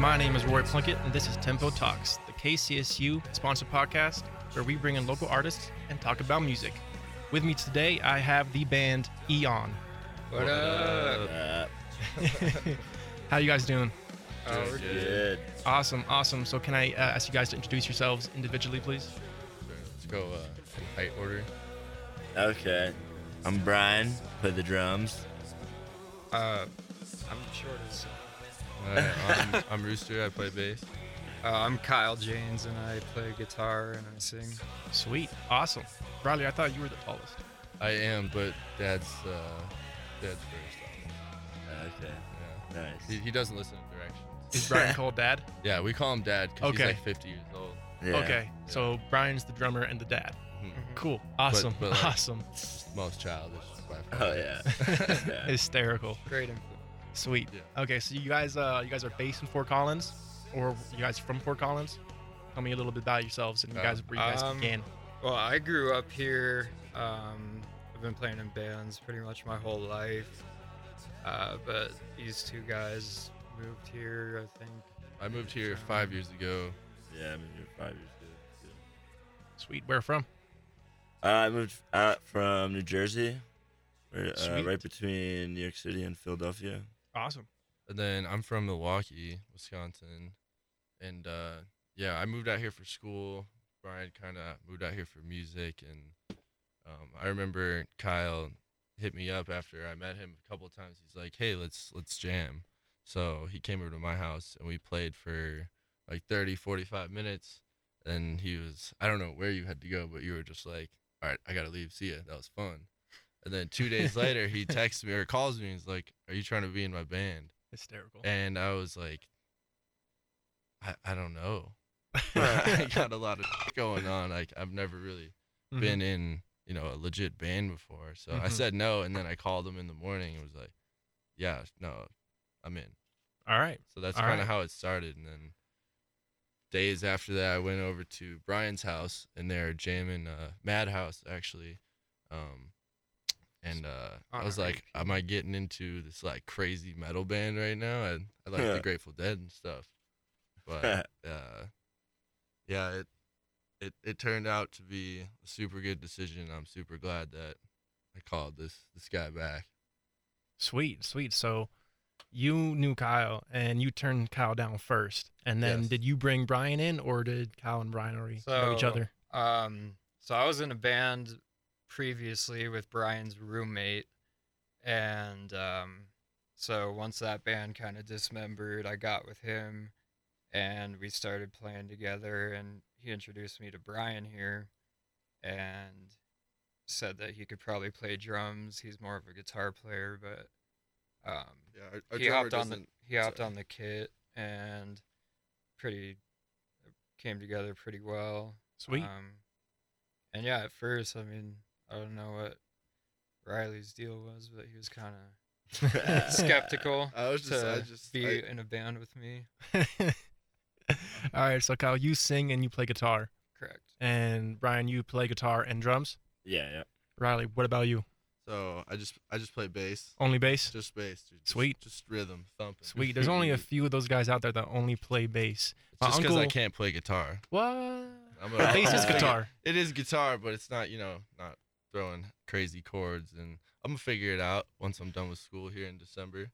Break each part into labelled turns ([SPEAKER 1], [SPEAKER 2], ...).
[SPEAKER 1] My name is Roy Plunkett, and this is Tempo Talks, the KCSU sponsored podcast where we bring in local artists and talk about music. With me today, I have the band Eon.
[SPEAKER 2] What up?
[SPEAKER 1] How you guys doing?
[SPEAKER 2] Oh, we're good.
[SPEAKER 3] Good.
[SPEAKER 1] Awesome, awesome. So, can I uh, ask you guys to introduce yourselves individually, please?
[SPEAKER 2] Let's go uh, in height order.
[SPEAKER 3] Okay. I'm Brian. Play the drums.
[SPEAKER 4] Uh, I'm short as.
[SPEAKER 2] Uh, I'm, I'm Rooster. I play bass.
[SPEAKER 4] Uh, I'm Kyle Janes, and I play guitar and I sing.
[SPEAKER 1] Sweet, awesome. Riley, I thought you were the tallest.
[SPEAKER 2] I am, but Dad's uh, Dad's first.
[SPEAKER 3] Okay.
[SPEAKER 2] Yeah. He,
[SPEAKER 3] Nice.
[SPEAKER 2] he doesn't listen to directions.
[SPEAKER 1] Is Brian Cole dad?
[SPEAKER 2] Yeah, we call him Dad because
[SPEAKER 1] Okay.
[SPEAKER 2] he's like 50 years old.
[SPEAKER 3] Yeah.
[SPEAKER 1] Okay, so Brian's the drummer and the dad. Cool, awesome,
[SPEAKER 2] but, like-
[SPEAKER 1] awesome.
[SPEAKER 2] Most childish. By far.
[SPEAKER 3] Oh yeah. yeah.
[SPEAKER 1] Hysterical.
[SPEAKER 4] Great influence.
[SPEAKER 1] Sweet.
[SPEAKER 2] Yeah.
[SPEAKER 1] Okay, so you guys, uh, you guys are based in Fort Collins, or you guys from Fort Collins? Tell me a little bit about yourselves and you
[SPEAKER 2] Uh,
[SPEAKER 1] guys where you guys
[SPEAKER 4] um,
[SPEAKER 1] began.
[SPEAKER 4] Well, I grew up here. Um, I've been playing in bands pretty much my whole life. Uh, but these two guys moved here, I think.
[SPEAKER 2] I moved here five years ago.
[SPEAKER 3] Yeah. I'm here five years old.
[SPEAKER 1] Sweet. Where from?
[SPEAKER 3] Uh, I moved out from New Jersey, right, uh,
[SPEAKER 1] Sweet.
[SPEAKER 3] right between New York City and Philadelphia.
[SPEAKER 1] Awesome.
[SPEAKER 2] And then I'm from Milwaukee, Wisconsin. And uh, yeah, I moved out here for school. Brian kind of moved out here for music. And um, I remember Kyle hit me up after I met him a couple of times. He's like, hey, let's, let's jam. So he came over to my house and we played for like 30, 45 minutes. And he was, I don't know where you had to go, but you were just like, all right, I got to leave. See ya. That was fun. And then two days later, he texts me or calls me and he's like, are you trying to be in my band?
[SPEAKER 1] Hysterical.
[SPEAKER 2] and I was like, I, I don't know. I got a lot of going on. Like I've never really
[SPEAKER 1] Mhm.
[SPEAKER 2] been in you know a legit band before, so I
[SPEAKER 1] Mhm.
[SPEAKER 2] said no, and then I called them in the morning and was like, yeah, no, I'm in.
[SPEAKER 1] All right.
[SPEAKER 2] So that's
[SPEAKER 1] All
[SPEAKER 2] kind of
[SPEAKER 1] right.
[SPEAKER 2] how it started, and then days after that, I went over to Brian's house, and they're jamming uh, Madhouse actually, um, and uh, I was like,
[SPEAKER 4] R.I.P..
[SPEAKER 2] "Am I getting into this like crazy metal band right now?" I, I like the Grateful Dead and stuff, but uh, yeah, it it it turned out to be a super good decision. I'm super glad that I called this this guy back.
[SPEAKER 1] Sweet, sweet. So you knew Kyle and you turned Kyle down first, and then
[SPEAKER 2] Yes.
[SPEAKER 1] did you bring Brian in, or did Kyle and Brian already know each
[SPEAKER 4] So-
[SPEAKER 1] other?
[SPEAKER 4] Um, so I was in a band previously with Brian's roommate, and um, so once that band kind of dismembered, I got with him, and we started playing together. And he introduced me to Brian here, and said that he could probably play drums. He's more of a guitar player, but um,
[SPEAKER 2] Yeah,
[SPEAKER 4] he hopped on the he hopped
[SPEAKER 2] sorry.
[SPEAKER 4] on the kit and pretty came together pretty well.
[SPEAKER 1] Sweet.
[SPEAKER 4] Um, and yeah, at first, I mean, I don't know what Riley's deal was, but he was kind of skeptical
[SPEAKER 2] I was just, I
[SPEAKER 4] to
[SPEAKER 2] just
[SPEAKER 4] be
[SPEAKER 2] I-
[SPEAKER 4] in a band with me.
[SPEAKER 1] All right. So Kyle, you sing and you play guitar,
[SPEAKER 4] Correct.
[SPEAKER 1] and Brian, you play guitar and drums.
[SPEAKER 3] Yeah. Yeah.
[SPEAKER 1] Riley, what about you?
[SPEAKER 2] So I just I just play bass,
[SPEAKER 1] Only bass.
[SPEAKER 2] just bass, dude. Just-
[SPEAKER 1] Sweet.
[SPEAKER 2] just rhythm thumping.
[SPEAKER 1] Sweet. There's only a few of those guys out there that only play bass.
[SPEAKER 2] It's
[SPEAKER 1] My
[SPEAKER 2] just because I
[SPEAKER 1] uncle-
[SPEAKER 2] can't play guitar.
[SPEAKER 1] What?
[SPEAKER 2] I'm a,
[SPEAKER 1] Bass is
[SPEAKER 3] I'll figure-
[SPEAKER 1] guitar.
[SPEAKER 2] It is guitar, but it's not you know not throwing crazy chords, and I'm gonna figure it out once I'm done with school here in December.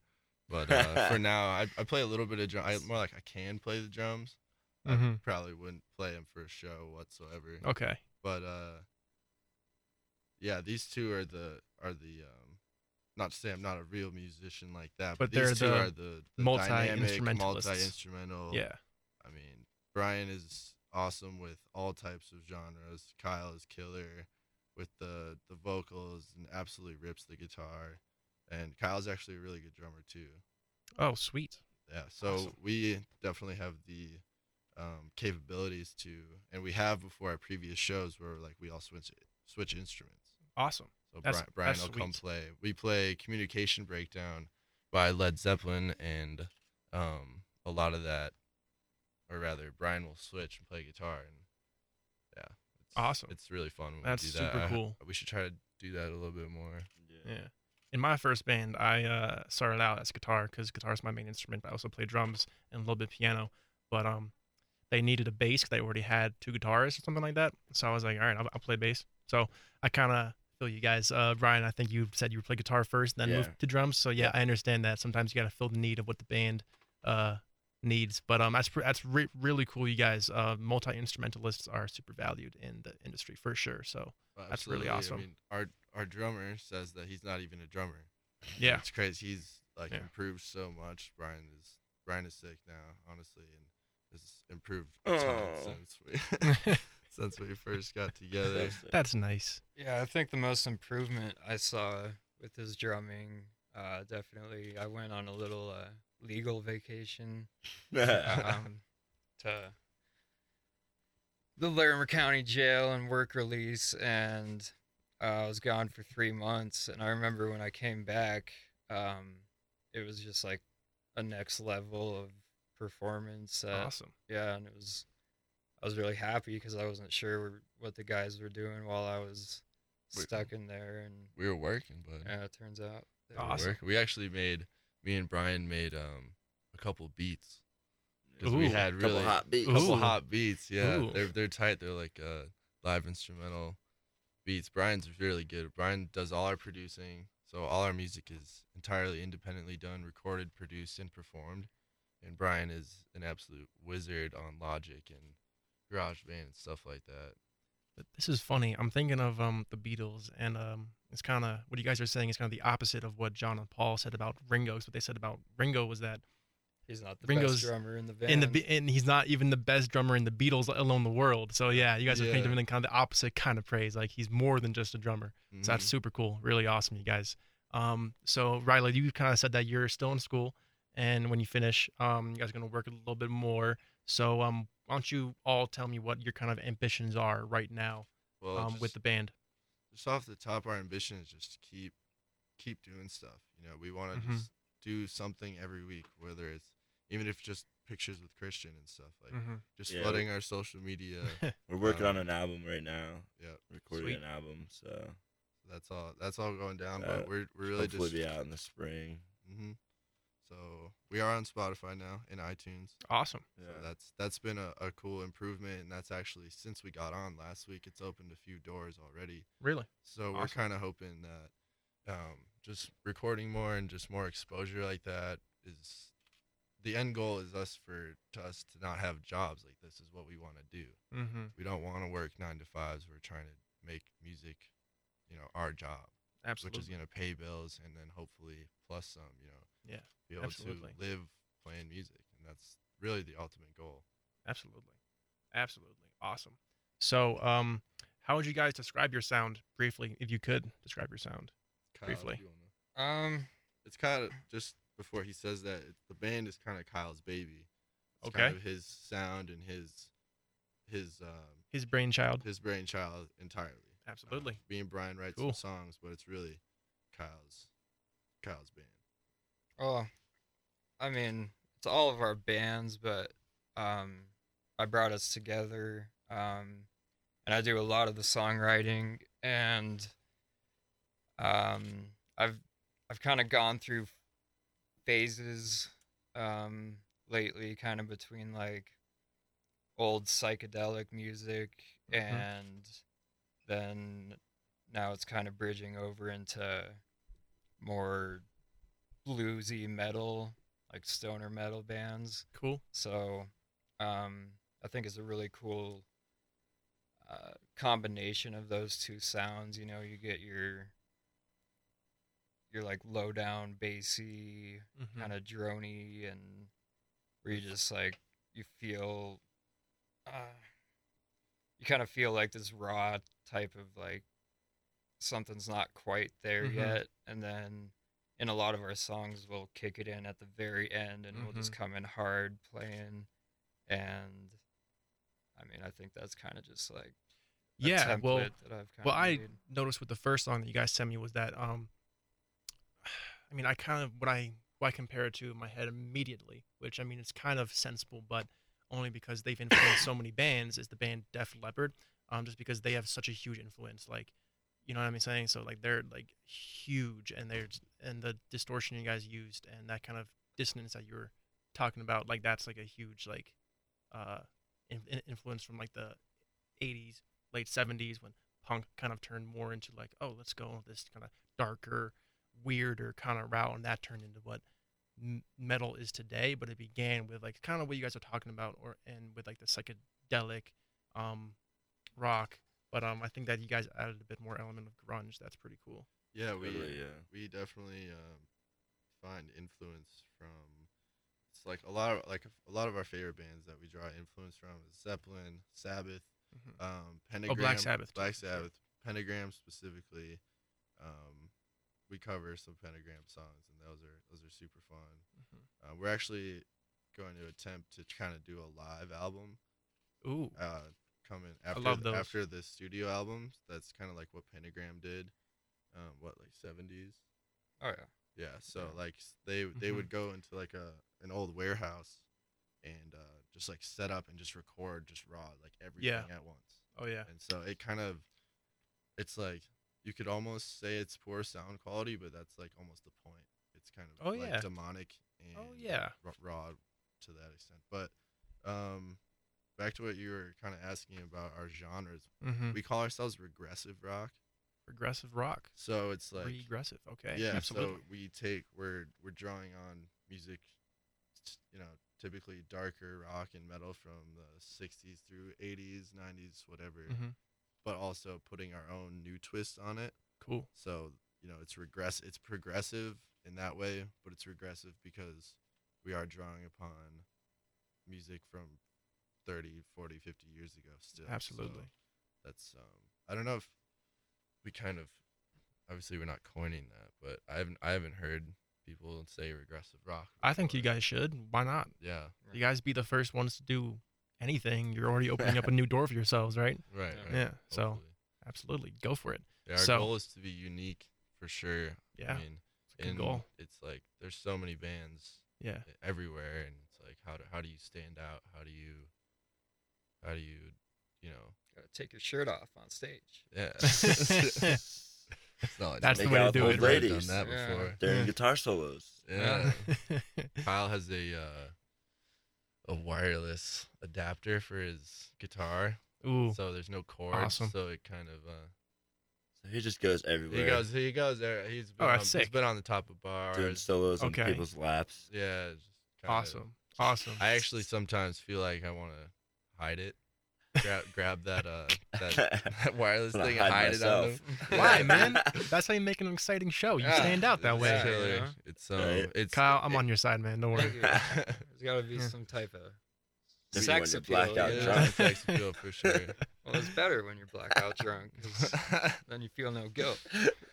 [SPEAKER 2] But uh, for now, I, I play a little bit of drum. I, more like I can play the drums. I
[SPEAKER 1] Mhm.
[SPEAKER 2] probably wouldn't play them for a show whatsoever.
[SPEAKER 1] Okay.
[SPEAKER 2] but uh yeah these two are the are the um not to say i'm not a real musician like that but,
[SPEAKER 1] But they're
[SPEAKER 2] these two
[SPEAKER 1] the
[SPEAKER 2] are the, the dynamic,
[SPEAKER 1] multi-instrumentalists.
[SPEAKER 2] multi-instrumental
[SPEAKER 1] Yeah.
[SPEAKER 2] i mean brian is awesome with all types of genres kyle is killer with the the vocals and absolutely rips the guitar and kyle's actually a really good drummer too
[SPEAKER 1] Oh, sweet.
[SPEAKER 2] yeah. So
[SPEAKER 1] Awesome.
[SPEAKER 2] we definitely have the um, capabilities to, and we have before our previous shows where like we all switch switch instruments.
[SPEAKER 1] Awesome.
[SPEAKER 2] So
[SPEAKER 1] That's-
[SPEAKER 2] Brian, Brian
[SPEAKER 1] that's
[SPEAKER 2] will come
[SPEAKER 1] sweet.
[SPEAKER 2] play. We play Communication Breakdown by Led Zeppelin, and um, a lot of that, or rather, Brian will switch and play guitar, and yeah, it's,
[SPEAKER 1] Awesome.
[SPEAKER 2] It's really fun. When
[SPEAKER 1] That's
[SPEAKER 2] we do that.
[SPEAKER 1] super
[SPEAKER 2] I-
[SPEAKER 1] cool.
[SPEAKER 2] we should try to do that a little bit more.
[SPEAKER 1] Yeah. in my first band, I uh, started out as guitar because guitar is my main instrument. But I also play drums and a little bit piano. But um, they needed a bass. 'cause They already had two guitarists or something like that. So I was like, all right, I'll, I'll play bass. So I kind of feel you guys. Uh, Brian, I think you said you would play guitar first, then
[SPEAKER 2] Yeah.
[SPEAKER 1] move to drums. So yeah, I understand that. Sometimes you got to fill the need of what the band uh, needs. But um, that's pr- that's re- really cool. You guys, uh, multi instrumentalists are super valued in the industry for sure. So That's really
[SPEAKER 2] Absolutely.
[SPEAKER 1] awesome.
[SPEAKER 2] I mean, our our drummer says that he's not even a drummer.
[SPEAKER 1] yeah,
[SPEAKER 2] it's crazy. He's like
[SPEAKER 1] Yeah.
[SPEAKER 2] improved so much. Brian is Brian is sick now, honestly, and has improved a ton
[SPEAKER 3] Oh.
[SPEAKER 2] since we since we first got together.
[SPEAKER 1] that's nice.
[SPEAKER 4] Yeah, I think the most improvement I saw with his drumming, uh, definitely, I went on a little uh, legal vacation
[SPEAKER 3] Uh-huh.
[SPEAKER 1] Uh-huh.
[SPEAKER 4] um, to the Larimer County Jail and work release, and uh, I was gone for three months. And I remember when I came back, um, it was just like a next level of performance. Uh,
[SPEAKER 1] Awesome.
[SPEAKER 4] yeah and it was i was really happy because i wasn't sure what the guys were doing while i was
[SPEAKER 2] Wait.
[SPEAKER 4] stuck in there and
[SPEAKER 2] we were working, but
[SPEAKER 4] yeah it turns out that-
[SPEAKER 2] we were
[SPEAKER 1] Awesome.
[SPEAKER 2] working. We actually made me and Brian made um a couple beats because we
[SPEAKER 1] Ooh.
[SPEAKER 2] had really
[SPEAKER 3] couple hot beats.
[SPEAKER 1] Ooh.
[SPEAKER 2] couple hot beats. Yeah,
[SPEAKER 1] Ooh.
[SPEAKER 2] they're they're tight. They're like uh, live instrumental beats. Brian's really good. Brian does all our producing, so all our music is entirely independently done, recorded, produced, and performed. And Brian is an absolute wizard on Logic and GarageBand and stuff like that.
[SPEAKER 1] But This is funny. I'm thinking of um the Beatles, and um it's kind of what you guys are saying is kind of the opposite of what John and Paul said about Ringo. 'cause what they said about Ringo was that
[SPEAKER 4] he's not the
[SPEAKER 1] Ringo's
[SPEAKER 4] best drummer in the band
[SPEAKER 1] in the Be- and he's not even the best drummer in the Beatles, let alone the world. So yeah, you guys are thinking
[SPEAKER 2] Yeah.
[SPEAKER 1] of him in kind of the opposite kind of praise. Like he's more than just a drummer. So
[SPEAKER 2] Mm-hmm.
[SPEAKER 1] that's super cool. Really awesome, you guys. Um, so Riley, you kind of said that you're still in school, and when you finish, um, you guys are gonna work a little bit more. So um, why don't you all tell me what your kind of ambitions are right now
[SPEAKER 2] Mm-hmm. well,
[SPEAKER 1] um,
[SPEAKER 2] just-
[SPEAKER 1] with the band?
[SPEAKER 2] just off the top, our ambition is just to keep keep doing stuff. You know, we want to
[SPEAKER 1] Mhm.
[SPEAKER 2] just do something every week, whether it's even if just pictures with Christian and stuff like just
[SPEAKER 3] Yeah, we-
[SPEAKER 2] flooding our social media.
[SPEAKER 3] We're working
[SPEAKER 2] Um,
[SPEAKER 3] on an album right now.
[SPEAKER 2] yep,
[SPEAKER 3] Recording
[SPEAKER 1] Uh-huh. Sweet.
[SPEAKER 3] an album, so
[SPEAKER 2] that's all. That's all going down.
[SPEAKER 3] Uh,
[SPEAKER 2] but we're we're really
[SPEAKER 3] hopefully
[SPEAKER 2] just
[SPEAKER 3] be out in the spring.
[SPEAKER 2] hmm so we are on Spotify now and iTunes.
[SPEAKER 1] Awesome.
[SPEAKER 2] So that's that's been a, a cool improvement, and that's actually since we got on last week, it's opened a few doors already.
[SPEAKER 1] Really?
[SPEAKER 2] So we're
[SPEAKER 1] Awesome.
[SPEAKER 2] kind of hoping that um, just recording more and just more exposure like that is the end goal is us for to us to not have jobs like this is what we want to do.
[SPEAKER 1] Mm-hmm.
[SPEAKER 2] We don't want to work nine to fives. We're trying to make music, you know, our job,
[SPEAKER 1] Absolutely.
[SPEAKER 2] which is gonna pay bills and then hopefully plus some, you know,
[SPEAKER 1] Yeah,
[SPEAKER 2] be able
[SPEAKER 1] absolutely.
[SPEAKER 2] to live playing music, and that's really the ultimate goal.
[SPEAKER 1] Absolutely. Absolutely. Awesome. So um, how would you guys describe your sound briefly, if you could describe your sound?
[SPEAKER 2] Kyle, if
[SPEAKER 1] Briefly.
[SPEAKER 2] you wanna-
[SPEAKER 4] um
[SPEAKER 2] it's kind of just before he says that it, the band is kind of Kyle's baby. It's
[SPEAKER 1] Okay.
[SPEAKER 2] Kind of his sound and his his um
[SPEAKER 1] His brainchild.
[SPEAKER 2] his brainchild entirely. Um,
[SPEAKER 1] Absolutely.
[SPEAKER 2] me and Brian write
[SPEAKER 1] Cool.
[SPEAKER 2] some songs, but it's really Kyle's Kyle's band.
[SPEAKER 4] oh i mean it's all of our bands but um i brought us together um and i do a lot of the songwriting and um i've i've kind of gone through phases um lately kind of between like old psychedelic music
[SPEAKER 1] Mhm.
[SPEAKER 4] and then now it's kind of bridging over into more bluesy metal like stoner metal bands
[SPEAKER 1] Cool.
[SPEAKER 4] so um, I think it's a really cool uh, combination of those two sounds. You know, you get your your like low down bassy
[SPEAKER 1] Mhm.
[SPEAKER 4] kind of drony and where you just like you feel uh, you kind of feel like this raw type of like something's not quite there
[SPEAKER 1] Mhm.
[SPEAKER 4] yet and then in a lot of our songs we'll kick it in at the very end and we'll just
[SPEAKER 1] Mm-hmm.
[SPEAKER 4] come in hard playing and i mean i think that's kind of just like a
[SPEAKER 1] Yeah.
[SPEAKER 4] template
[SPEAKER 1] Well,
[SPEAKER 4] that i've kind
[SPEAKER 1] well,
[SPEAKER 4] of
[SPEAKER 1] I noticed with the first song that you guys sent me was that um, I mean, I kind of what I what I compare it to in my head immediately, which I mean, it's kind of sensible, but only because they've influenced so many bands is the band Def Leppard, um, just because they have such a huge influence. Like You know what I'm saying? So like they're like huge, and there's and the distortion you guys used, and that kind of dissonance that you were talking about, like that's like a huge like uh in, in- influence from like the 80s, late 70s when punk kind of turned more into like oh let's go this kind of darker, weirder kind of route, and that turned into what m- metal is today. But it began with like kind of what you guys are talking about, or and with like the psychedelic um rock but um, I think that you guys added a bit more element of grunge. That's pretty cool.
[SPEAKER 2] Yeah, we
[SPEAKER 3] Totally, yeah.
[SPEAKER 2] we definitely um, find influence from. It's like a lot of like a lot of our favorite bands that we draw influence from is Zeppelin, Sabbath, um,
[SPEAKER 1] Oh,
[SPEAKER 2] Pentagram,
[SPEAKER 1] Sabbath, too,
[SPEAKER 2] Black
[SPEAKER 1] yeah.
[SPEAKER 2] Sabbath, Pentagram specifically. Um, we cover some Pentagram songs, and those are those are super fun. Uh, we're actually going to attempt to kind of do a live album
[SPEAKER 1] Ooh,
[SPEAKER 2] uh, coming after
[SPEAKER 1] love
[SPEAKER 2] th-
[SPEAKER 1] those.
[SPEAKER 2] after the studio albums. That's kind of like what Pentagram did. Um, what like seventies?
[SPEAKER 4] Oh yeah.
[SPEAKER 2] Yeah. So like s- they they would
[SPEAKER 1] Mm-hmm.
[SPEAKER 2] go into like a an old warehouse and uh, just like set up and just record just raw like everything at once.
[SPEAKER 1] oh yeah,
[SPEAKER 2] And so it kind of it's like you could almost say it's poor sound quality, but that's like almost the point. It's kind of
[SPEAKER 1] Oh,
[SPEAKER 2] like
[SPEAKER 1] yeah.
[SPEAKER 2] demonic and
[SPEAKER 1] Oh, yeah.
[SPEAKER 2] ra- raw to that extent. But um back to what you were kind of asking about our genres.
[SPEAKER 1] mm-hmm.
[SPEAKER 2] We call ourselves regressive rock.
[SPEAKER 1] progressive rock,
[SPEAKER 2] So it's like
[SPEAKER 1] regressive. Okay,
[SPEAKER 2] yeah,
[SPEAKER 1] absolutely.
[SPEAKER 2] so we take we're we're drawing on music, t- you know, typically darker rock and metal from the '60s through '80s, '90s, whatever,
[SPEAKER 1] Mhm.
[SPEAKER 2] but also putting our own new twist on it.
[SPEAKER 1] Cool.
[SPEAKER 2] So you know, it's regress, it's progressive in that way, but it's regressive because we are drawing upon music from 30, 40, 50 years ago still. so
[SPEAKER 1] Absolutely.
[SPEAKER 2] that's um I don't know if we kind of obviously we're not coining that, but I haven't I haven't heard people say regressive rock.
[SPEAKER 1] I think you
[SPEAKER 2] before.
[SPEAKER 1] guys should. Why not?
[SPEAKER 2] Yeah.
[SPEAKER 1] You guys be the first ones to do anything. You're already opening up a new door for yourselves, right?
[SPEAKER 2] Right.
[SPEAKER 4] Yeah.
[SPEAKER 2] right,
[SPEAKER 1] Yeah. So
[SPEAKER 2] hopefully.
[SPEAKER 1] absolutely, go for it.
[SPEAKER 2] Yeah, our
[SPEAKER 1] so-
[SPEAKER 2] goal is to be unique for sure.
[SPEAKER 1] Yeah,
[SPEAKER 2] I mean
[SPEAKER 1] it's a good
[SPEAKER 2] and
[SPEAKER 1] goal.
[SPEAKER 2] it's like there's so many bands
[SPEAKER 1] Yeah,
[SPEAKER 2] everywhere and it's like how do how do you stand out? How do you how do you you know
[SPEAKER 4] Gotta take your shirt off on stage.
[SPEAKER 2] yeah. it's not like
[SPEAKER 1] That's the
[SPEAKER 2] I've
[SPEAKER 1] way to
[SPEAKER 3] out
[SPEAKER 1] do
[SPEAKER 3] with
[SPEAKER 1] it,
[SPEAKER 2] never
[SPEAKER 1] right?
[SPEAKER 3] ladies
[SPEAKER 2] done that
[SPEAKER 4] Yeah.
[SPEAKER 2] before.
[SPEAKER 3] during
[SPEAKER 1] Yeah.
[SPEAKER 3] guitar solos.
[SPEAKER 2] yeah. Kyle has a uh, a wireless adapter for his guitar,
[SPEAKER 1] Ooh,
[SPEAKER 2] so there's no cords,
[SPEAKER 1] Awesome.
[SPEAKER 2] so it kind of uh,
[SPEAKER 3] So he just goes everywhere.
[SPEAKER 2] he goes he goes there. He's been,
[SPEAKER 1] Oh,
[SPEAKER 2] on,
[SPEAKER 1] that's
[SPEAKER 2] he's
[SPEAKER 1] sick.
[SPEAKER 2] been on the top of
[SPEAKER 3] doing
[SPEAKER 2] bars.
[SPEAKER 3] solos
[SPEAKER 1] Okay.
[SPEAKER 3] on people's laps.
[SPEAKER 2] Yeah, it's just kinda-
[SPEAKER 1] awesome, awesome.
[SPEAKER 2] I actually sometimes feel like I want to hide it. Grab, grab that uh that, that wireless
[SPEAKER 3] Wanna
[SPEAKER 2] thing
[SPEAKER 3] hide
[SPEAKER 2] and hide
[SPEAKER 3] myself.
[SPEAKER 2] it on them.
[SPEAKER 1] Why, man? That's how you make an exciting show. You
[SPEAKER 2] Yeah,
[SPEAKER 1] stand out that
[SPEAKER 2] it's
[SPEAKER 1] way.
[SPEAKER 4] Yeah.
[SPEAKER 2] killer.
[SPEAKER 4] you know?
[SPEAKER 2] It's so
[SPEAKER 3] Right.
[SPEAKER 2] it's
[SPEAKER 1] Kyle, I'm
[SPEAKER 2] it-
[SPEAKER 1] on your side, man. Don't worry.
[SPEAKER 4] Thank you. There's
[SPEAKER 2] yeah,
[SPEAKER 4] gotta be
[SPEAKER 1] Yeah.
[SPEAKER 4] some type of
[SPEAKER 3] Maybe
[SPEAKER 4] sex
[SPEAKER 3] when
[SPEAKER 4] appeal.
[SPEAKER 3] you're blacked out
[SPEAKER 4] yeah.
[SPEAKER 3] drunk.
[SPEAKER 2] it's sex appeal for sure.
[SPEAKER 4] Well, it's better when you're blackout drunk. 'cause then you feel no guilt.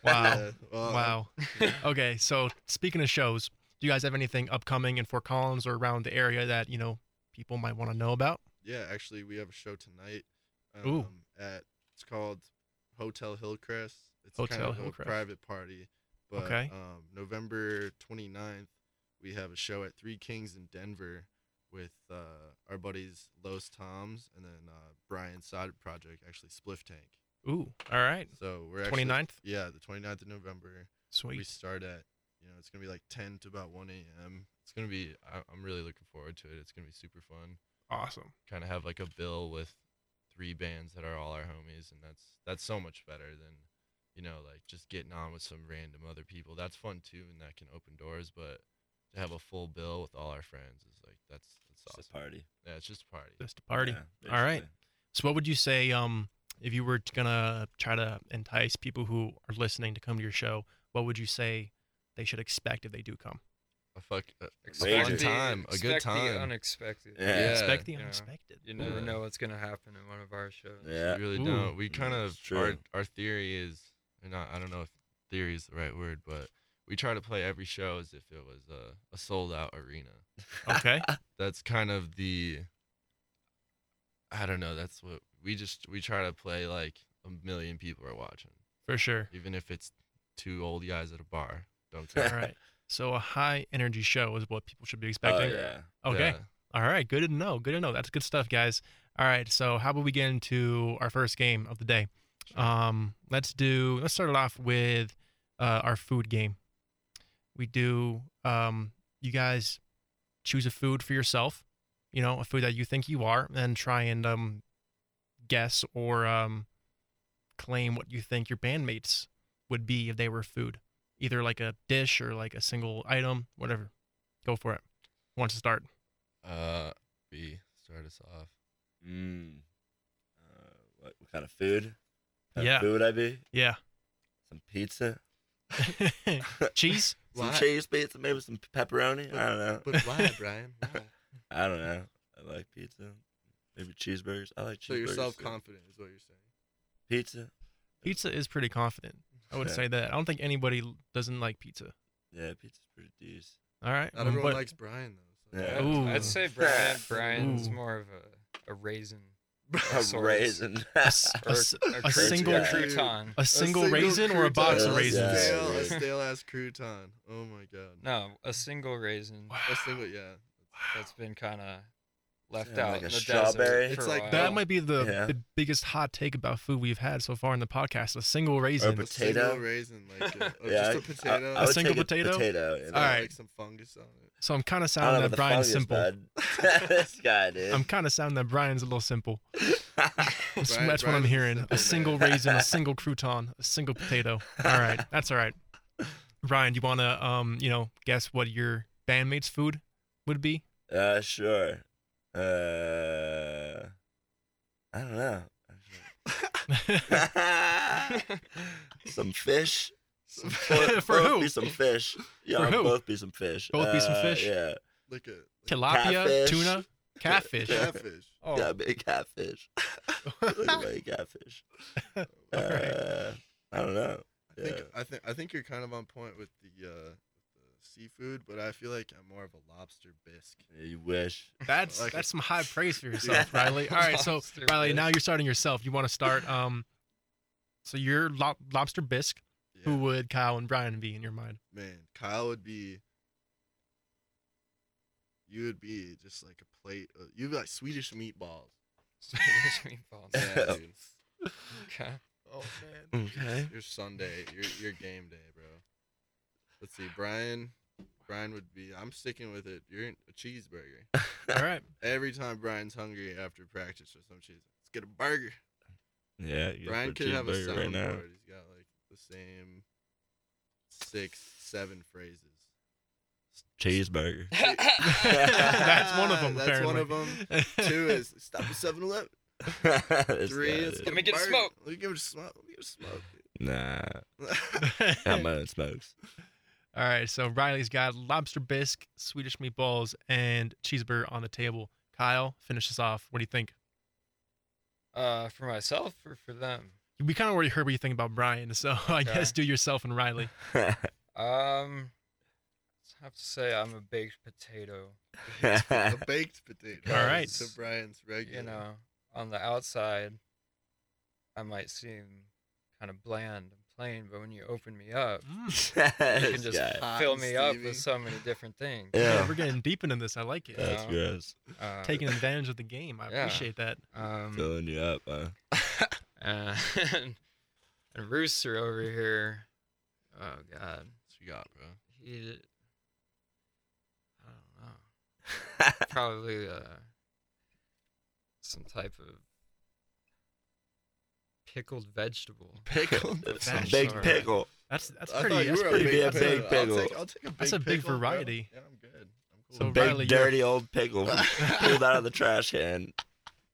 [SPEAKER 1] Wow.
[SPEAKER 2] Yeah, well,
[SPEAKER 1] Wow. okay, so speaking of shows, do you guys have anything upcoming in Fort Collins or around the area that you know people might want to know about?
[SPEAKER 2] Yeah, actually, we have a show tonight. Um,
[SPEAKER 1] Ooh.
[SPEAKER 2] At it's called Hotel Hillcrest. It's kind
[SPEAKER 1] Hotel
[SPEAKER 2] of
[SPEAKER 1] Hillcrest.
[SPEAKER 2] a private party. But,
[SPEAKER 1] Okay.
[SPEAKER 2] Um, November 29th, we have a show at Three Kings in Denver with uh, our buddies Los Toms and then uh, Brian Side Project, actually Spliff Tank.
[SPEAKER 1] Ooh, all right,
[SPEAKER 2] So we're actually
[SPEAKER 1] 29th.
[SPEAKER 2] Yeah, the 29th of November. We
[SPEAKER 1] Sweet.
[SPEAKER 2] start at you know it's gonna be like 10 to about 1 a.m. It's gonna be I, I'm really looking forward to it. It's gonna be super fun
[SPEAKER 1] Awesome.
[SPEAKER 2] kind of have like a bill with three bands that are all our homies and that's that's so much better than you know like just getting on with some random other people that's fun too and that can open doors but to have a full bill with all our friends is like that's that's
[SPEAKER 3] It's a
[SPEAKER 2] awesome
[SPEAKER 3] party.
[SPEAKER 2] yeah it's just a party
[SPEAKER 1] Just a party.
[SPEAKER 3] Yeah,
[SPEAKER 1] All right.
[SPEAKER 3] basically.
[SPEAKER 1] So what would you say um if you were t- gonna try to entice people who are listening to come to your show, what would you say they should expect if they do come?
[SPEAKER 2] a fuck a,
[SPEAKER 4] Expect
[SPEAKER 2] fun
[SPEAKER 4] the-
[SPEAKER 2] time a good
[SPEAKER 4] expect the
[SPEAKER 2] time
[SPEAKER 4] unexpected.
[SPEAKER 3] Yeah. Yeah.
[SPEAKER 1] Expect the
[SPEAKER 4] Yeah.
[SPEAKER 1] unexpected.
[SPEAKER 4] You never
[SPEAKER 2] Yeah.
[SPEAKER 4] know what's gonna happen in one of our shows.
[SPEAKER 3] Yeah.
[SPEAKER 2] we really
[SPEAKER 1] Ooh.
[SPEAKER 2] don't we kind
[SPEAKER 3] Uh, Yeah,
[SPEAKER 2] of
[SPEAKER 3] it's true.
[SPEAKER 2] our, our theory is and I, I don't know if theory is the right word but we try to play every show as if it was a, a sold out arena
[SPEAKER 1] Okay.
[SPEAKER 2] that's kind of the i don't know that's what we just we try to play like a million people are watching
[SPEAKER 1] For sure.
[SPEAKER 2] even if it's two old guys at a bar don't
[SPEAKER 1] All
[SPEAKER 2] care
[SPEAKER 1] right. So a high energy show is what people should be
[SPEAKER 3] Oh,
[SPEAKER 1] expecting.
[SPEAKER 3] yeah.
[SPEAKER 1] Okay.
[SPEAKER 2] Yeah.
[SPEAKER 1] All right, good to know. Good to know. That's good stuff, guys. All right, so how about we get into our first game of the day? Um, let's do. Let's start it off with uh, our food game. We do. Um, you guys choose a food for yourself. You know, a food that you think you are, and try and um, guess or um, claim what you think your bandmates would be if they were food, either like a dish or like a single item, whatever. Go for it. Who wants to start?
[SPEAKER 2] Uh, B, start us off.
[SPEAKER 3] Mm. Uh, what, what kind of food? What kind
[SPEAKER 1] Yeah.
[SPEAKER 3] of food would I be?
[SPEAKER 1] Yeah.
[SPEAKER 3] Some pizza,
[SPEAKER 1] Cheese.
[SPEAKER 3] some
[SPEAKER 2] Why-
[SPEAKER 3] cheese pizza, maybe some pepperoni. I don't know.
[SPEAKER 2] But why, Brian? Why?
[SPEAKER 3] I don't know. I like pizza. Maybe cheeseburgers. I like cheeseburgers.
[SPEAKER 2] So you're
[SPEAKER 3] too.
[SPEAKER 2] self-confident is what you're saying.
[SPEAKER 3] Pizza.
[SPEAKER 1] Pizza is pretty confident. I would
[SPEAKER 3] Yeah.
[SPEAKER 1] say that. I don't think anybody doesn't like pizza.
[SPEAKER 3] Yeah, pizza's pretty decent.
[SPEAKER 1] All right.
[SPEAKER 2] Not
[SPEAKER 1] um,
[SPEAKER 2] everyone
[SPEAKER 1] but-
[SPEAKER 2] likes Brian though.
[SPEAKER 3] Yeah.
[SPEAKER 2] that's
[SPEAKER 1] Ooh.
[SPEAKER 2] fine.
[SPEAKER 4] I'd say Brian. Brian's
[SPEAKER 1] Ooh.
[SPEAKER 4] more of a, a raisin
[SPEAKER 3] A
[SPEAKER 4] Sorts.
[SPEAKER 3] raisin.
[SPEAKER 1] a, s- a
[SPEAKER 4] or
[SPEAKER 1] s-
[SPEAKER 4] a,
[SPEAKER 1] a
[SPEAKER 4] crouton-
[SPEAKER 1] single-
[SPEAKER 4] a crouton.
[SPEAKER 1] a single, raisin or a
[SPEAKER 2] crouton.
[SPEAKER 1] box of
[SPEAKER 3] Yeah,
[SPEAKER 1] raisins.
[SPEAKER 3] yeah.
[SPEAKER 2] Stale, a
[SPEAKER 3] right.
[SPEAKER 2] stale ass crouton. Oh my god.
[SPEAKER 4] No, a single raisin.
[SPEAKER 1] Wow.
[SPEAKER 2] That's the yeah.
[SPEAKER 4] That's been kind of left
[SPEAKER 3] Yeah,
[SPEAKER 4] out
[SPEAKER 3] like
[SPEAKER 4] in
[SPEAKER 3] a
[SPEAKER 4] the
[SPEAKER 3] strawberry.
[SPEAKER 4] desert.
[SPEAKER 2] It's
[SPEAKER 4] for a
[SPEAKER 2] like
[SPEAKER 4] while.
[SPEAKER 1] That might be the,
[SPEAKER 3] Yeah.
[SPEAKER 1] the biggest hot take about food we've had so far in the podcast. A single raisin.
[SPEAKER 3] Or
[SPEAKER 2] A single
[SPEAKER 3] Potato?
[SPEAKER 2] raisin, like a, or
[SPEAKER 3] yeah,
[SPEAKER 2] oh, just a
[SPEAKER 3] I- I-
[SPEAKER 2] potato.
[SPEAKER 3] I would
[SPEAKER 1] single
[SPEAKER 3] take
[SPEAKER 1] potato?
[SPEAKER 3] A potato you know?
[SPEAKER 1] All right.
[SPEAKER 2] Like some fungus on it.
[SPEAKER 1] so I'm kind of
[SPEAKER 3] I don't know
[SPEAKER 1] sounding that
[SPEAKER 3] about the
[SPEAKER 1] Brian's
[SPEAKER 3] fungus,
[SPEAKER 1] simple.
[SPEAKER 3] bud. this guy, dude.
[SPEAKER 1] I'm kind of sounding that Brian's a little simple. That's-
[SPEAKER 2] Brian-
[SPEAKER 1] that's what
[SPEAKER 2] Brian's
[SPEAKER 1] I'm
[SPEAKER 2] a
[SPEAKER 1] hearing.
[SPEAKER 2] simple
[SPEAKER 1] A
[SPEAKER 2] man.
[SPEAKER 1] single raisin, a single crouton, a single potato. All right, that's all right. Brian, do you want to, um, you know, guess what your bandmates' food would be?
[SPEAKER 3] Uh, sure. Uh, I don't know. some fish. Some both,
[SPEAKER 1] For
[SPEAKER 3] both
[SPEAKER 1] who?
[SPEAKER 3] Be some fish. Yeah,
[SPEAKER 1] For who?
[SPEAKER 3] both be some fish.
[SPEAKER 1] Both be some
[SPEAKER 3] Uh,
[SPEAKER 1] fish?
[SPEAKER 3] Yeah,
[SPEAKER 2] like a like
[SPEAKER 1] Tilapia,
[SPEAKER 3] Catfish.
[SPEAKER 1] tuna, catfish.
[SPEAKER 2] catfish.
[SPEAKER 1] Oh,
[SPEAKER 3] yeah, big catfish. Look at my catfish.
[SPEAKER 1] All right.
[SPEAKER 3] Uh, I don't know.
[SPEAKER 2] I think
[SPEAKER 3] Yeah.
[SPEAKER 2] I think I think you're kind of on point with the uh the seafood, but I feel like I'm more of a lobster bisque.
[SPEAKER 3] Yeah, You wish.
[SPEAKER 1] that's
[SPEAKER 2] like
[SPEAKER 1] that's
[SPEAKER 2] it.
[SPEAKER 1] some high praise for yourself,
[SPEAKER 3] Yeah.
[SPEAKER 1] Riley. All right, so
[SPEAKER 4] Lobster
[SPEAKER 1] Riley,
[SPEAKER 4] bisque.
[SPEAKER 1] now you're starting yourself. You want to start, um, so your lo- lobster bisque.
[SPEAKER 2] Yeah.
[SPEAKER 1] Who would Kyle and Brian be in your mind?
[SPEAKER 2] man, Kyle would be. You would be just like a plate. Of, you'd be like Swedish meatballs.
[SPEAKER 4] Spanish meatballs.
[SPEAKER 2] Yeah, dude.
[SPEAKER 4] Okay.
[SPEAKER 2] Oh man.
[SPEAKER 3] Okay.
[SPEAKER 2] Your Sunday, your your game day, bro. Let's see, Brian. Brian would be. I'm sticking with it. You're in- a cheeseburger.
[SPEAKER 1] All right,
[SPEAKER 2] Every time Brian's hungry after practice or some cheese, let's get a burger.
[SPEAKER 3] Yeah. you
[SPEAKER 2] Brian
[SPEAKER 3] put
[SPEAKER 2] could have a
[SPEAKER 3] cheeseburger
[SPEAKER 2] soundboard.
[SPEAKER 3] right now.
[SPEAKER 2] He's got like the same six, seven phrases.
[SPEAKER 3] Cheeseburger.
[SPEAKER 1] that's one of them.
[SPEAKER 2] That's one of them.
[SPEAKER 1] apparently.
[SPEAKER 2] Two is stop at 7 Eleven.
[SPEAKER 3] This
[SPEAKER 2] Three
[SPEAKER 3] guy,
[SPEAKER 2] is
[SPEAKER 3] dude.
[SPEAKER 4] Let me get a
[SPEAKER 2] burger.
[SPEAKER 4] smoke.
[SPEAKER 2] Let me give it a smoke. Let me give it a smoke.
[SPEAKER 3] Nah.
[SPEAKER 2] dude.
[SPEAKER 3] Not my own smokes.
[SPEAKER 1] All right, so Riley's got lobster bisque, Swedish meatballs, and cheeseburger on the table. Kyle, finish this off. What do you think?
[SPEAKER 4] Uh, for myself or for them?
[SPEAKER 1] We kind of already heard what you think about Brian, so I
[SPEAKER 4] Okay.
[SPEAKER 1] guess do yourself and Riley.
[SPEAKER 4] Um, I have to say I'm a baked potato.
[SPEAKER 2] a baked potato.
[SPEAKER 1] All right.
[SPEAKER 2] So Brian's regular.
[SPEAKER 4] You know, on the outside, I might seem kind of bland and plain, but when you open me up,
[SPEAKER 1] Mm.
[SPEAKER 4] you can
[SPEAKER 3] This
[SPEAKER 4] just
[SPEAKER 3] guy.
[SPEAKER 2] Hot
[SPEAKER 4] fill
[SPEAKER 2] and
[SPEAKER 4] me up
[SPEAKER 2] steamy.
[SPEAKER 4] with so many different things.
[SPEAKER 3] Yeah.
[SPEAKER 1] Yeah, we're getting deep into this. I like it.
[SPEAKER 3] That's
[SPEAKER 4] Yeah.
[SPEAKER 3] gross.
[SPEAKER 4] Uh,
[SPEAKER 1] Taking advantage of the game. I
[SPEAKER 4] Yeah.
[SPEAKER 1] appreciate that. Mm.
[SPEAKER 4] um,
[SPEAKER 3] Filling you up, huh?
[SPEAKER 4] uh, and, and Rooster over here. Oh God,
[SPEAKER 2] What you got, bro?
[SPEAKER 4] he. I don't know. probably uh, some type of pickled vegetable.
[SPEAKER 2] Pickled.
[SPEAKER 3] Some
[SPEAKER 1] That's
[SPEAKER 3] big
[SPEAKER 4] all right.
[SPEAKER 3] pickle.
[SPEAKER 1] That's that's
[SPEAKER 2] I
[SPEAKER 1] pretty.
[SPEAKER 2] thought you
[SPEAKER 1] That's
[SPEAKER 2] were
[SPEAKER 1] pretty
[SPEAKER 3] big-
[SPEAKER 1] good.
[SPEAKER 3] Yeah, big
[SPEAKER 2] potato. I'll
[SPEAKER 3] pickle.
[SPEAKER 2] take- I'll take a
[SPEAKER 1] That's
[SPEAKER 2] big
[SPEAKER 1] a big
[SPEAKER 2] pickle, bro.
[SPEAKER 1] variety.
[SPEAKER 2] Yeah, I'm good. I'm cool.
[SPEAKER 1] So
[SPEAKER 3] Some
[SPEAKER 2] with
[SPEAKER 3] big,
[SPEAKER 1] Riley, you're-
[SPEAKER 3] dirty old pickle from- pulled out of the trash can,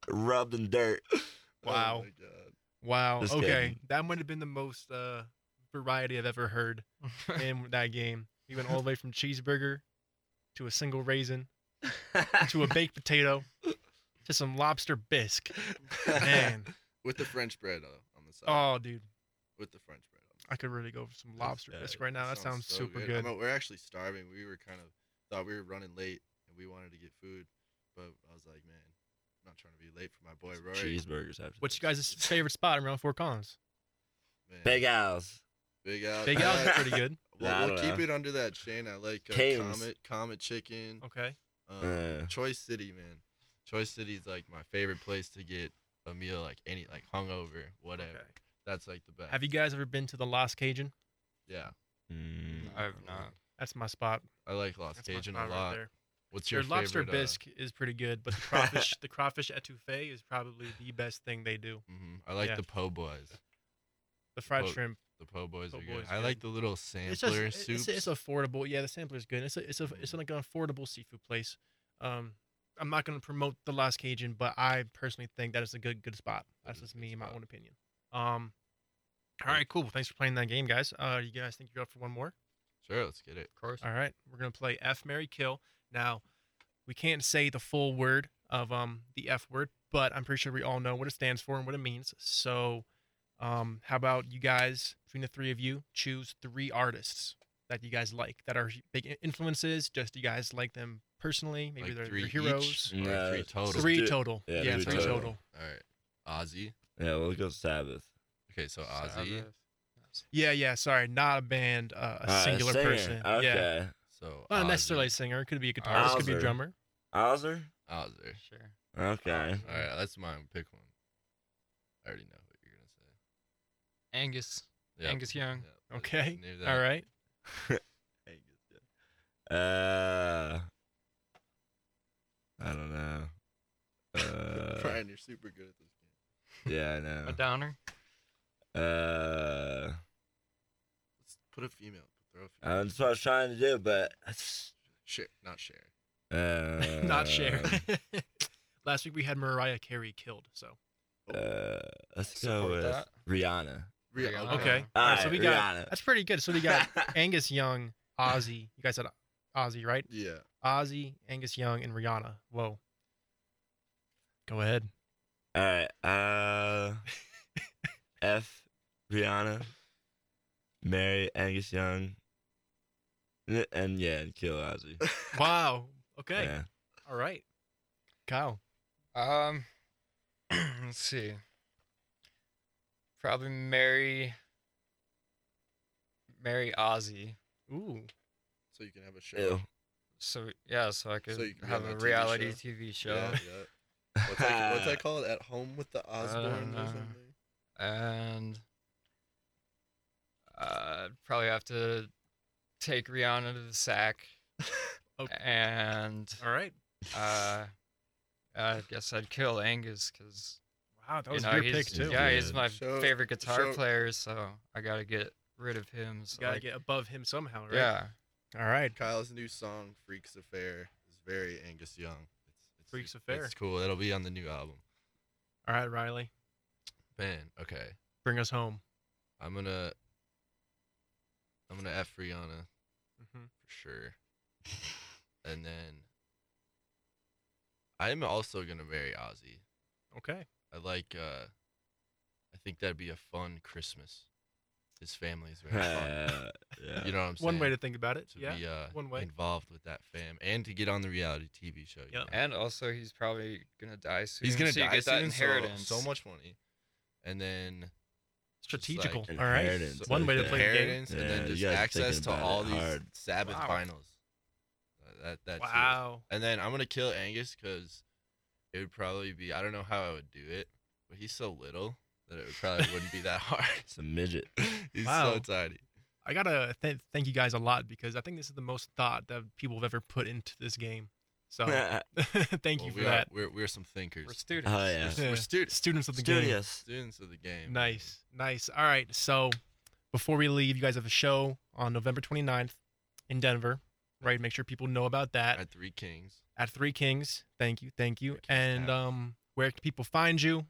[SPEAKER 3] rubbed in dirt.
[SPEAKER 2] that.
[SPEAKER 1] Wow.
[SPEAKER 2] Oh my God.
[SPEAKER 1] Wow.
[SPEAKER 3] Just
[SPEAKER 1] okay,
[SPEAKER 3] kidding.
[SPEAKER 1] that might have been the most uh, variety I've ever heard in that game. We went all the way from cheeseburger to a single raisin to a baked potato to some lobster bisque. Man,
[SPEAKER 2] With the French bread uh, on the side.
[SPEAKER 1] oh dude,
[SPEAKER 2] With the French bread. On the side.
[SPEAKER 1] I could really go for some
[SPEAKER 3] That's
[SPEAKER 1] lobster
[SPEAKER 3] good.
[SPEAKER 1] bisque right now. That sounds,
[SPEAKER 2] so
[SPEAKER 1] super good.
[SPEAKER 2] I mean, we're actually starving. We were kind of thought we were running late and we wanted to get food, but I was like, man, I'm not trying to be late for my boy Rory.
[SPEAKER 3] Cheeseburgers after.
[SPEAKER 1] What's
[SPEAKER 3] this.
[SPEAKER 1] you guys' favorite spot around Four Cons?
[SPEAKER 2] Man,
[SPEAKER 3] Big Al's.
[SPEAKER 2] big out.
[SPEAKER 1] Big Al's is pretty good.
[SPEAKER 2] We'll,
[SPEAKER 3] Nah, I
[SPEAKER 2] we'll
[SPEAKER 3] don't
[SPEAKER 2] keep
[SPEAKER 3] know.
[SPEAKER 2] it under that chain. I like uh,
[SPEAKER 3] Cane's.
[SPEAKER 2] Comet, Comet Chicken,
[SPEAKER 1] Okay.
[SPEAKER 2] um,
[SPEAKER 3] Uh.
[SPEAKER 2] Choice City, man. Choice City is like my favorite place to get a meal, like any, like hungover, whatever.
[SPEAKER 1] Okay.
[SPEAKER 2] That's like the best.
[SPEAKER 1] Have you guys ever been to the Lost Cajun?
[SPEAKER 2] Yeah,
[SPEAKER 3] Mm.
[SPEAKER 4] I have not.
[SPEAKER 1] That's my spot.
[SPEAKER 2] I like Lost
[SPEAKER 1] That's my
[SPEAKER 2] Cajun
[SPEAKER 1] spot
[SPEAKER 2] a
[SPEAKER 1] right
[SPEAKER 2] lot.
[SPEAKER 1] there.
[SPEAKER 2] What's
[SPEAKER 1] Their
[SPEAKER 2] your
[SPEAKER 1] lobster
[SPEAKER 2] favorite, uh,
[SPEAKER 1] bisque is pretty good, but the crawfish, the crawfish etouffee is probably the best thing they do.
[SPEAKER 2] mhm, I like
[SPEAKER 1] Yeah.
[SPEAKER 2] the po' boys.
[SPEAKER 1] The fried
[SPEAKER 2] Well,
[SPEAKER 1] shrimp.
[SPEAKER 2] The po' boys
[SPEAKER 1] Po'
[SPEAKER 2] are
[SPEAKER 1] boy's
[SPEAKER 2] good. I like
[SPEAKER 1] good.
[SPEAKER 2] the little
[SPEAKER 1] It's just
[SPEAKER 2] sampler
[SPEAKER 1] it's,
[SPEAKER 2] soups. Hmm.
[SPEAKER 1] it's, affordable. Yeah, the sampler's good. It's a, it's a it's like an affordable seafood place. Um, I'm not gonna promote the Lost Cajun, but I personally think that is a good good spot.
[SPEAKER 2] That
[SPEAKER 1] That's
[SPEAKER 2] is a
[SPEAKER 1] just
[SPEAKER 2] good
[SPEAKER 1] me, my
[SPEAKER 2] spot.
[SPEAKER 1] own opinion. Um, all right, cool. Thanks for playing that game, guys. Uh, you guys think you're up for one more?
[SPEAKER 2] sure, let's get it.
[SPEAKER 4] Of course.
[SPEAKER 1] All right, we're gonna play F Mary Kill. Now, we can't say the full word of um the F word, but I'm pretty sure we all know what it stands for and what it means. So, um, how about you guys between the three of you choose three artists that you guys like that are big in- influences? Just you guys like them personally? Maybe
[SPEAKER 2] Like
[SPEAKER 1] they're
[SPEAKER 2] three
[SPEAKER 1] your heroes.
[SPEAKER 2] each or
[SPEAKER 3] Yeah,
[SPEAKER 2] three total.
[SPEAKER 1] Three
[SPEAKER 3] do it.
[SPEAKER 1] total.
[SPEAKER 3] Yeah,
[SPEAKER 1] Yeah,
[SPEAKER 3] three
[SPEAKER 1] three
[SPEAKER 2] total.
[SPEAKER 1] total.
[SPEAKER 2] All right, Ozzy.
[SPEAKER 3] Yeah, we'll go Sabbath.
[SPEAKER 2] Okay, so Ozzy.
[SPEAKER 4] Sabbath.
[SPEAKER 1] Yeah, yeah. Sorry, not a band, uh, a
[SPEAKER 3] Uh,
[SPEAKER 1] singular
[SPEAKER 3] singer.
[SPEAKER 1] person. Yeah,
[SPEAKER 3] Okay.
[SPEAKER 2] So
[SPEAKER 1] not
[SPEAKER 2] Ozzy.
[SPEAKER 1] necessarily a singer. It could be a guitarist. Could be a
[SPEAKER 3] Wowzer.
[SPEAKER 1] drummer.
[SPEAKER 3] Ozzer?
[SPEAKER 2] Ozzy.
[SPEAKER 4] Sure.
[SPEAKER 3] Okay.
[SPEAKER 1] Mm-hmm.
[SPEAKER 2] All right, that's mine. Pick one. I already know what you're gonna say.
[SPEAKER 4] Angus.
[SPEAKER 2] Yep.
[SPEAKER 4] Angus Young.
[SPEAKER 2] Yep, I
[SPEAKER 1] Okay.
[SPEAKER 2] knew that.
[SPEAKER 1] All right.
[SPEAKER 3] Uh, I don't know. Uh,
[SPEAKER 2] you're super good at this game.
[SPEAKER 3] yeah, I
[SPEAKER 4] A
[SPEAKER 3] know.
[SPEAKER 4] downer.
[SPEAKER 3] Uh,
[SPEAKER 2] Let's put a female. Throw a female.
[SPEAKER 3] that's what Uh, I was trying to do, but
[SPEAKER 2] Share, not share.
[SPEAKER 3] uh,
[SPEAKER 1] not share. Uh. Last week we had Mariah Carey killed, so
[SPEAKER 3] Uh, let's go
[SPEAKER 4] Support
[SPEAKER 3] with
[SPEAKER 4] that.
[SPEAKER 3] Rihanna.
[SPEAKER 4] Rihanna.
[SPEAKER 2] Rihanna.
[SPEAKER 1] okay.
[SPEAKER 4] Alright,
[SPEAKER 1] All right, so
[SPEAKER 3] Alright,
[SPEAKER 1] we got
[SPEAKER 3] Rihanna.
[SPEAKER 1] that's pretty good. So we got Angus Young, Ozzy. You guys said Ozzy, right?
[SPEAKER 2] Yeah.
[SPEAKER 1] Ozzy, Angus Young, and Rihanna. Whoa. Go ahead.
[SPEAKER 3] All right. Uh, F. Rihanna. Mary Angus Young. N- And yeah, and kill Ozzy.
[SPEAKER 1] Wow. Okay.
[SPEAKER 3] Yeah.
[SPEAKER 1] All right. Kyle.
[SPEAKER 4] Um, let's see. Probably marry. Marry Ozzy.
[SPEAKER 1] Ooh.
[SPEAKER 2] So you can have a show.
[SPEAKER 3] Ew.
[SPEAKER 4] So yeah, so I could
[SPEAKER 2] you could be
[SPEAKER 4] have
[SPEAKER 2] on
[SPEAKER 4] a
[SPEAKER 2] that TV
[SPEAKER 4] reality
[SPEAKER 2] show.
[SPEAKER 4] TV show.
[SPEAKER 2] Yeah, yeah. What's, that, what's that called? At home with the Osbournes or
[SPEAKER 4] know.
[SPEAKER 2] something?
[SPEAKER 4] and uh, probably have to take Rihanna to the sack.
[SPEAKER 1] Okay.
[SPEAKER 4] And
[SPEAKER 1] All right.
[SPEAKER 4] uh, I guess I'd kill Angus because
[SPEAKER 1] Wow, that
[SPEAKER 4] you
[SPEAKER 1] was
[SPEAKER 4] know
[SPEAKER 1] your
[SPEAKER 4] he's,
[SPEAKER 1] pick too.
[SPEAKER 4] yeah,
[SPEAKER 3] Yeah.
[SPEAKER 4] he's my
[SPEAKER 2] So-
[SPEAKER 4] favorite
[SPEAKER 2] so-
[SPEAKER 4] guitar player, so I gotta get rid of him. So
[SPEAKER 1] You gotta
[SPEAKER 4] like,
[SPEAKER 1] get above him somehow, right?
[SPEAKER 4] yeah,
[SPEAKER 1] All right.
[SPEAKER 2] Kyle's new song, Freaks Affair, is very Angus Young. It's, it's,
[SPEAKER 1] Freaks Affair.
[SPEAKER 2] It's cool. It'll be on the new album.
[SPEAKER 1] All right, Riley.
[SPEAKER 2] Man, okay.
[SPEAKER 1] Bring us home.
[SPEAKER 2] I'm gonna. I'm gonna F Rihanna
[SPEAKER 1] Mhm.
[SPEAKER 2] for sure. and then. I'm also gonna marry Ozzy.
[SPEAKER 1] Okay.
[SPEAKER 2] I like. uh I think that'd be a fun Christmas. His family's very fun.
[SPEAKER 3] Uh, yeah.
[SPEAKER 2] You know what I'm saying?
[SPEAKER 1] One way to think about it.
[SPEAKER 2] to
[SPEAKER 1] yeah.
[SPEAKER 2] be uh,
[SPEAKER 1] one way.
[SPEAKER 2] involved with that fam and to get on the reality TV show. you
[SPEAKER 1] Yep.
[SPEAKER 2] know.
[SPEAKER 4] and also he's probably gonna die soon.
[SPEAKER 2] he's gonna
[SPEAKER 4] so
[SPEAKER 2] die
[SPEAKER 4] You get that
[SPEAKER 2] soon, so-
[SPEAKER 4] inheritance.
[SPEAKER 2] So, much money, and then just like-
[SPEAKER 1] Strategical.
[SPEAKER 3] like
[SPEAKER 1] All right.
[SPEAKER 3] inheritance
[SPEAKER 1] One
[SPEAKER 3] like
[SPEAKER 1] way to
[SPEAKER 3] that.
[SPEAKER 1] play the game.
[SPEAKER 2] inheritance, and
[SPEAKER 3] Yeah,
[SPEAKER 2] then
[SPEAKER 3] you
[SPEAKER 2] just
[SPEAKER 3] guys are
[SPEAKER 2] access
[SPEAKER 3] thinking
[SPEAKER 2] to
[SPEAKER 3] about
[SPEAKER 2] all
[SPEAKER 3] it
[SPEAKER 2] these
[SPEAKER 3] hard.
[SPEAKER 2] Sabbath
[SPEAKER 1] Wow.
[SPEAKER 2] finals. Uh, That that's it.
[SPEAKER 1] Wow.
[SPEAKER 2] And then I'm gonna kill Angus because it would probably be I don't know how I would do it, but he's so little that it would probably wouldn't be that hard.
[SPEAKER 3] It's a midget.
[SPEAKER 2] he's
[SPEAKER 1] Wow.
[SPEAKER 2] so tiny.
[SPEAKER 1] I gotta th- thank you guys a lot because I think this is the most thought that people have ever put into this game. So thank
[SPEAKER 2] Well,
[SPEAKER 1] you for
[SPEAKER 2] we are-
[SPEAKER 1] that.
[SPEAKER 2] We're we're some thinkers.
[SPEAKER 4] We're students.
[SPEAKER 3] Oh yeah.
[SPEAKER 1] Yeah.
[SPEAKER 2] We're students.
[SPEAKER 1] Students of the game.
[SPEAKER 3] Studious.
[SPEAKER 2] Students of the game.
[SPEAKER 1] Nice, nice. All right, so before we leave, you guys have a show on November 29th in Denver, right? Make sure people know about that
[SPEAKER 2] At Three Kings.
[SPEAKER 1] at Three Kings. Thank you, thank you.
[SPEAKER 2] Three Kings
[SPEAKER 1] And
[SPEAKER 2] Tavern.
[SPEAKER 1] um, where can people find you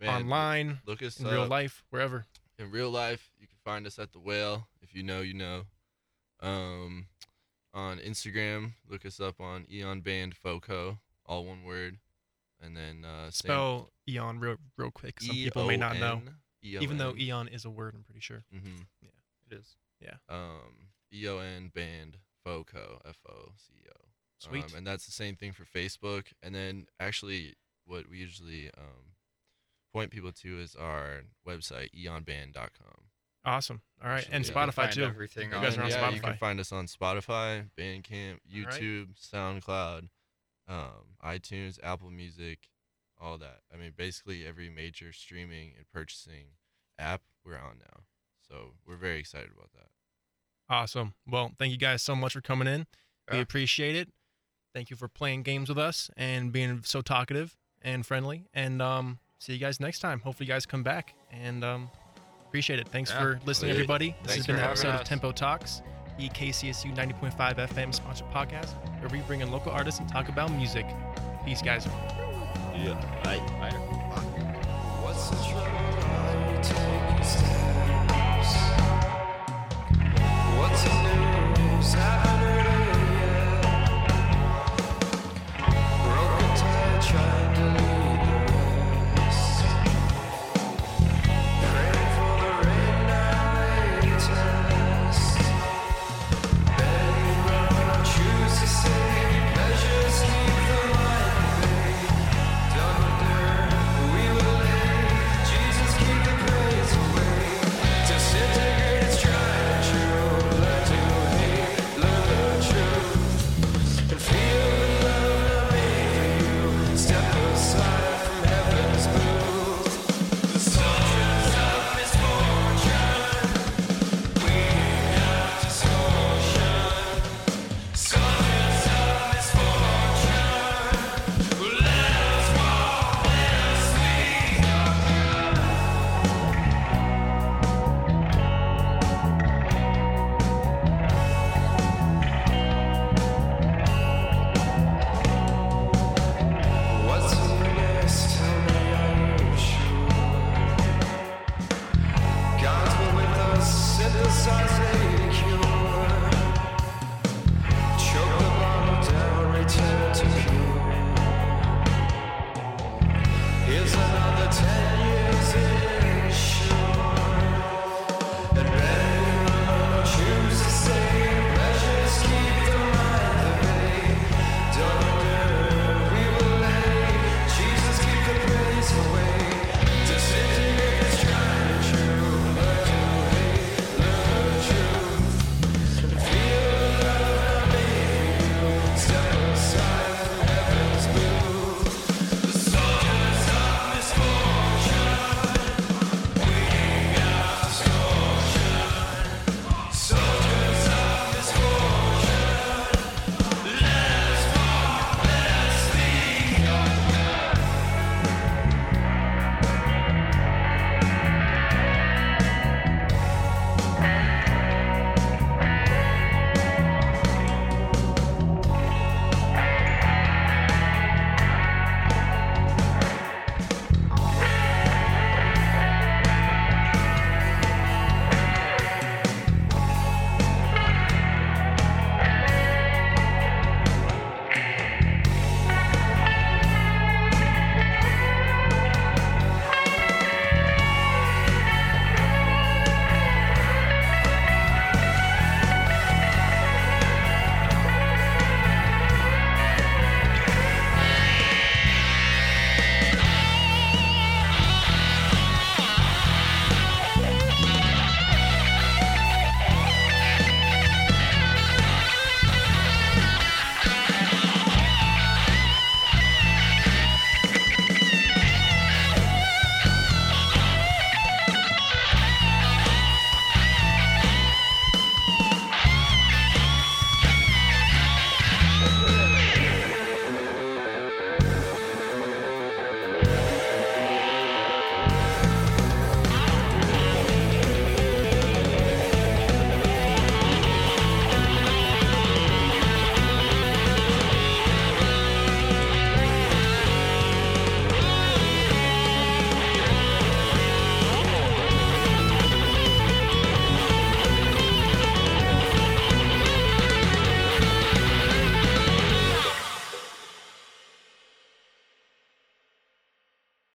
[SPEAKER 2] Man,
[SPEAKER 1] online,
[SPEAKER 2] Look us
[SPEAKER 1] in
[SPEAKER 2] up.
[SPEAKER 1] real life, wherever?
[SPEAKER 2] in real life, you can find us at the whale. If you know, you know. Um, on Instagram, look us up on Eon Band Foco, all one word, and then uh, same-
[SPEAKER 1] Spell Eon real, real quick. Some people may not know,
[SPEAKER 2] E-O-N,
[SPEAKER 1] even though E
[SPEAKER 2] E-O-N.
[SPEAKER 1] Eon is a word. I'm pretty sure.
[SPEAKER 2] Mhm.
[SPEAKER 4] It is.
[SPEAKER 2] um E O N Band Foco F O C O.
[SPEAKER 1] Sweet.
[SPEAKER 2] Um, and that's the same thing for Facebook. And then actually, what we usually um, point people to is our website E eonband.com.
[SPEAKER 1] awesome. All right,
[SPEAKER 2] Actually,
[SPEAKER 1] and
[SPEAKER 2] yeah.
[SPEAKER 4] You can
[SPEAKER 1] Spotify
[SPEAKER 4] find
[SPEAKER 1] too.
[SPEAKER 4] Everything
[SPEAKER 1] You
[SPEAKER 4] on
[SPEAKER 1] guys
[SPEAKER 4] it.
[SPEAKER 1] are on
[SPEAKER 2] yeah, You
[SPEAKER 1] Spotify.
[SPEAKER 2] can find us on Spotify, Bandcamp,
[SPEAKER 1] right.
[SPEAKER 2] YouTube, SoundCloud, um, iTunes, Apple Music, all that. I mean, basically every major streaming and purchasing app we're on now. So we're very excited about that.
[SPEAKER 1] Awesome. Well, thank you guys so much for coming in. We
[SPEAKER 4] Yeah.
[SPEAKER 1] appreciate it. Thank you for playing games with us and being so talkative and friendly. And um, see you guys next time. Hopefully, you guys come back and um, appreciate it. Thanks
[SPEAKER 4] Yeah.
[SPEAKER 1] for listening,
[SPEAKER 2] Later.
[SPEAKER 1] everybody. This
[SPEAKER 4] Thanks
[SPEAKER 1] has been
[SPEAKER 4] for
[SPEAKER 1] an
[SPEAKER 4] having
[SPEAKER 1] episode of
[SPEAKER 4] us.
[SPEAKER 1] Tempo Talks, the KCSU 90.5 FM sponsored podcast, where we bring in local artists and talk about music. Peace, guys.
[SPEAKER 3] Yeah. Bye.
[SPEAKER 4] Later.
[SPEAKER 5] What's the trouble?